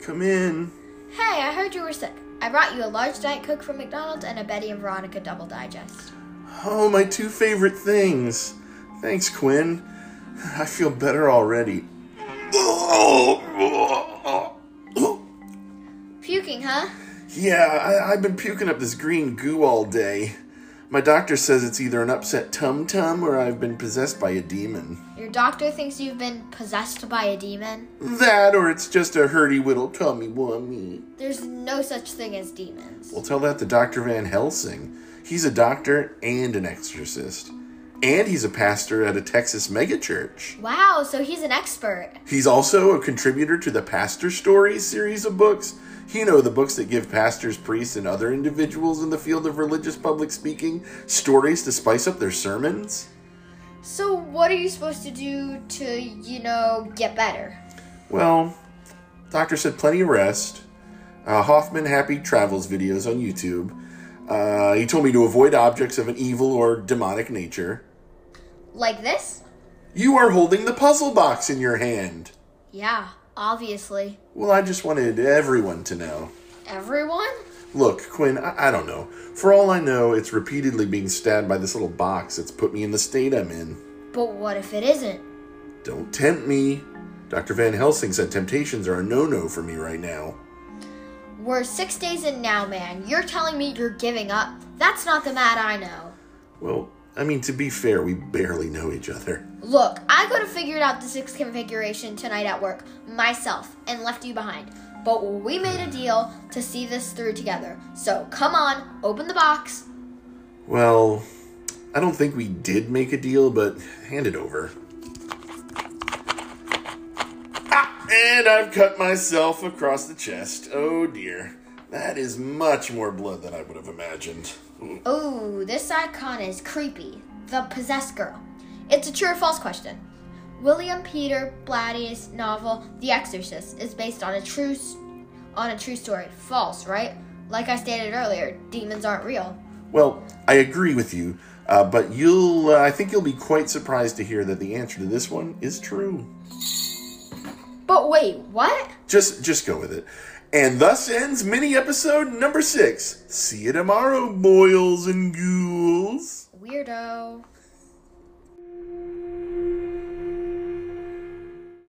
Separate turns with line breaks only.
Come in.
Hey, I heard you were sick. I brought you a large Diet Coke from McDonald's and a Betty and Veronica Double Digest.
Oh, my two favorite things. Thanks, Quinn. I feel better already.
Puking, huh?
Yeah, I, I've been puking up this green goo all day. My doctor says it's either an upset tum tum or I've been possessed by a demon.
Your doctor thinks you've been possessed by a demon.
That or it's just a hurdy whittle tummy wummy.
There's no such thing as demons.
Well, tell that to Dr. Van Helsing. He's a doctor and an exorcist. And he's a pastor at a Texas megachurch.
Wow, so he's an expert.
He's also a contributor to the Pastor Stories series of books. You know, the books that give pastors, priests, and other individuals in the field of religious public speaking stories to spice up their sermons.
So, what are you supposed to do to, you know, get better?
Well, doctor said plenty of rest. Uh, Hoffman Happy Travels videos on YouTube. Uh, he told me to avoid objects of an evil or demonic nature.
Like this?
You are holding the puzzle box in your hand.
Yeah, obviously.
Well, I just wanted everyone to know.
Everyone?
Look, Quinn, I, I don't know. For all I know, it's repeatedly being stabbed by this little box that's put me in the state I'm in.
But what if it isn't?
Don't tempt me. Dr. Van Helsing said temptations are a no no for me right now.
We're six days in now, man. You're telling me you're giving up? That's not the Matt I know.
Well, I mean, to be fair, we barely know each other.
Look, I could have figured out the six configuration tonight at work myself and left you behind. But we made a deal to see this through together. So come on, open the box.
Well, I don't think we did make a deal, but hand it over. Ah, and I've cut myself across the chest. Oh dear. That is much more blood than I would have imagined.
Oh, this icon is creepy. The possessed girl. It's a true or false question. William Peter Blatty's novel *The Exorcist* is based on a true s- on a true story. False, right? Like I stated earlier, demons aren't real.
Well, I agree with you, uh, but you'll uh, I think you'll be quite surprised to hear that the answer to this one is true.
But wait, what?
Just just go with it. And thus ends mini episode number 6. See you tomorrow, boils and ghouls.
Weirdo.